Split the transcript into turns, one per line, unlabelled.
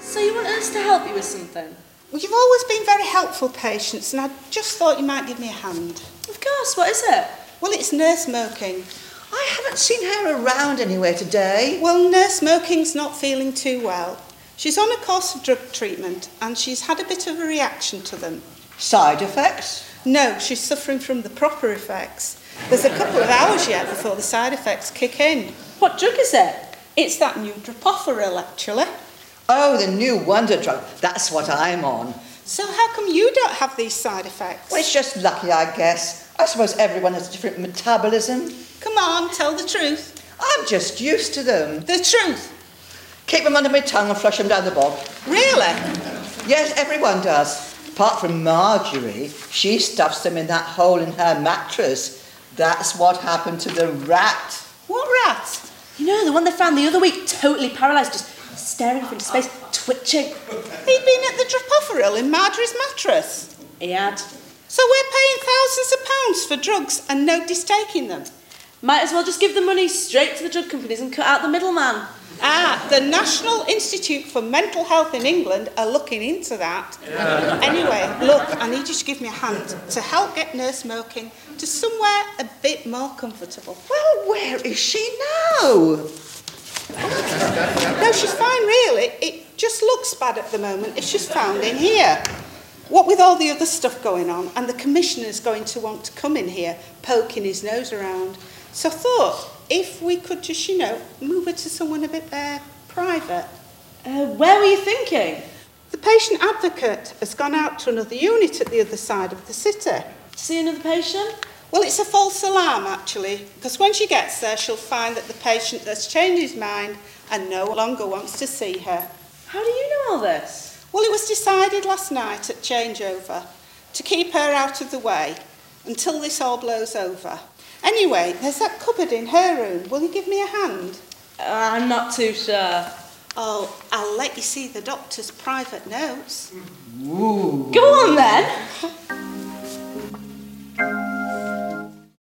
So you want us to help you with something?
Well, you've always been very helpful, Patience, and I just thought you might give me a hand.
Of course, what is it?
Well, it's nurse smoking.
I haven't seen her around anywhere today.
Well, nurse smoking's not feeling too well. She's on a course of drug treatment and she's had a bit of a reaction to them.
Side effects?
No, she's suffering from the proper effects. There's a couple of hours yet before the side effects kick in.
What drug is it?
It's that new Dropoferil, actually.
Oh, the new wonder drug. That's what I'm on.
So how come you don't have these side effects?
Well, it's just lucky, I guess. I suppose everyone has a different metabolism.
Come on, tell the truth.
I'm just used to them.
The truth.
Keep them under my tongue and flush them down the bog.
Really?
Yes, everyone does. Apart from Marjorie, she stuffs them in that hole in her mattress. That's what happened to the rat.
What rat?
You know, the one they found the other week, totally paralysed, just staring off into space, twitching.
He'd been at the Dropoferil in Marjorie's mattress.
He had.
So we're paying thousands of pounds for drugs and nobody's taking them.
Might as well just give the money straight to the drug companies and cut out the middleman.
Ah, the National Institute for Mental Health in England are looking into that. Anyway, look, I need you to give me a hand to help get nurse smoking to somewhere a bit more comfortable.
Well, where is she now?
No, she's fine, really. It just looks bad at the moment if she's found in here. What with all the other stuff going on, and the commissioner's going to want to come in here poking his nose around. So I thought if we could just, you know, move her to someone a bit uh, private.
Uh, where were you thinking?
The patient advocate has gone out to another unit at the other side of the city.
To see another patient?
Well, it's a false alarm, actually, because when she gets there, she'll find that the patient has changed his mind and no longer wants to see her.
How do you know all this?
Well, it was decided last night at changeover to keep her out of the way until this all blows over. Anyway, there's that cupboard in her room. Will you give me a hand?
Uh, I'm not too sure.
Oh, I'll let you see the doctor's private notes.
Go on then!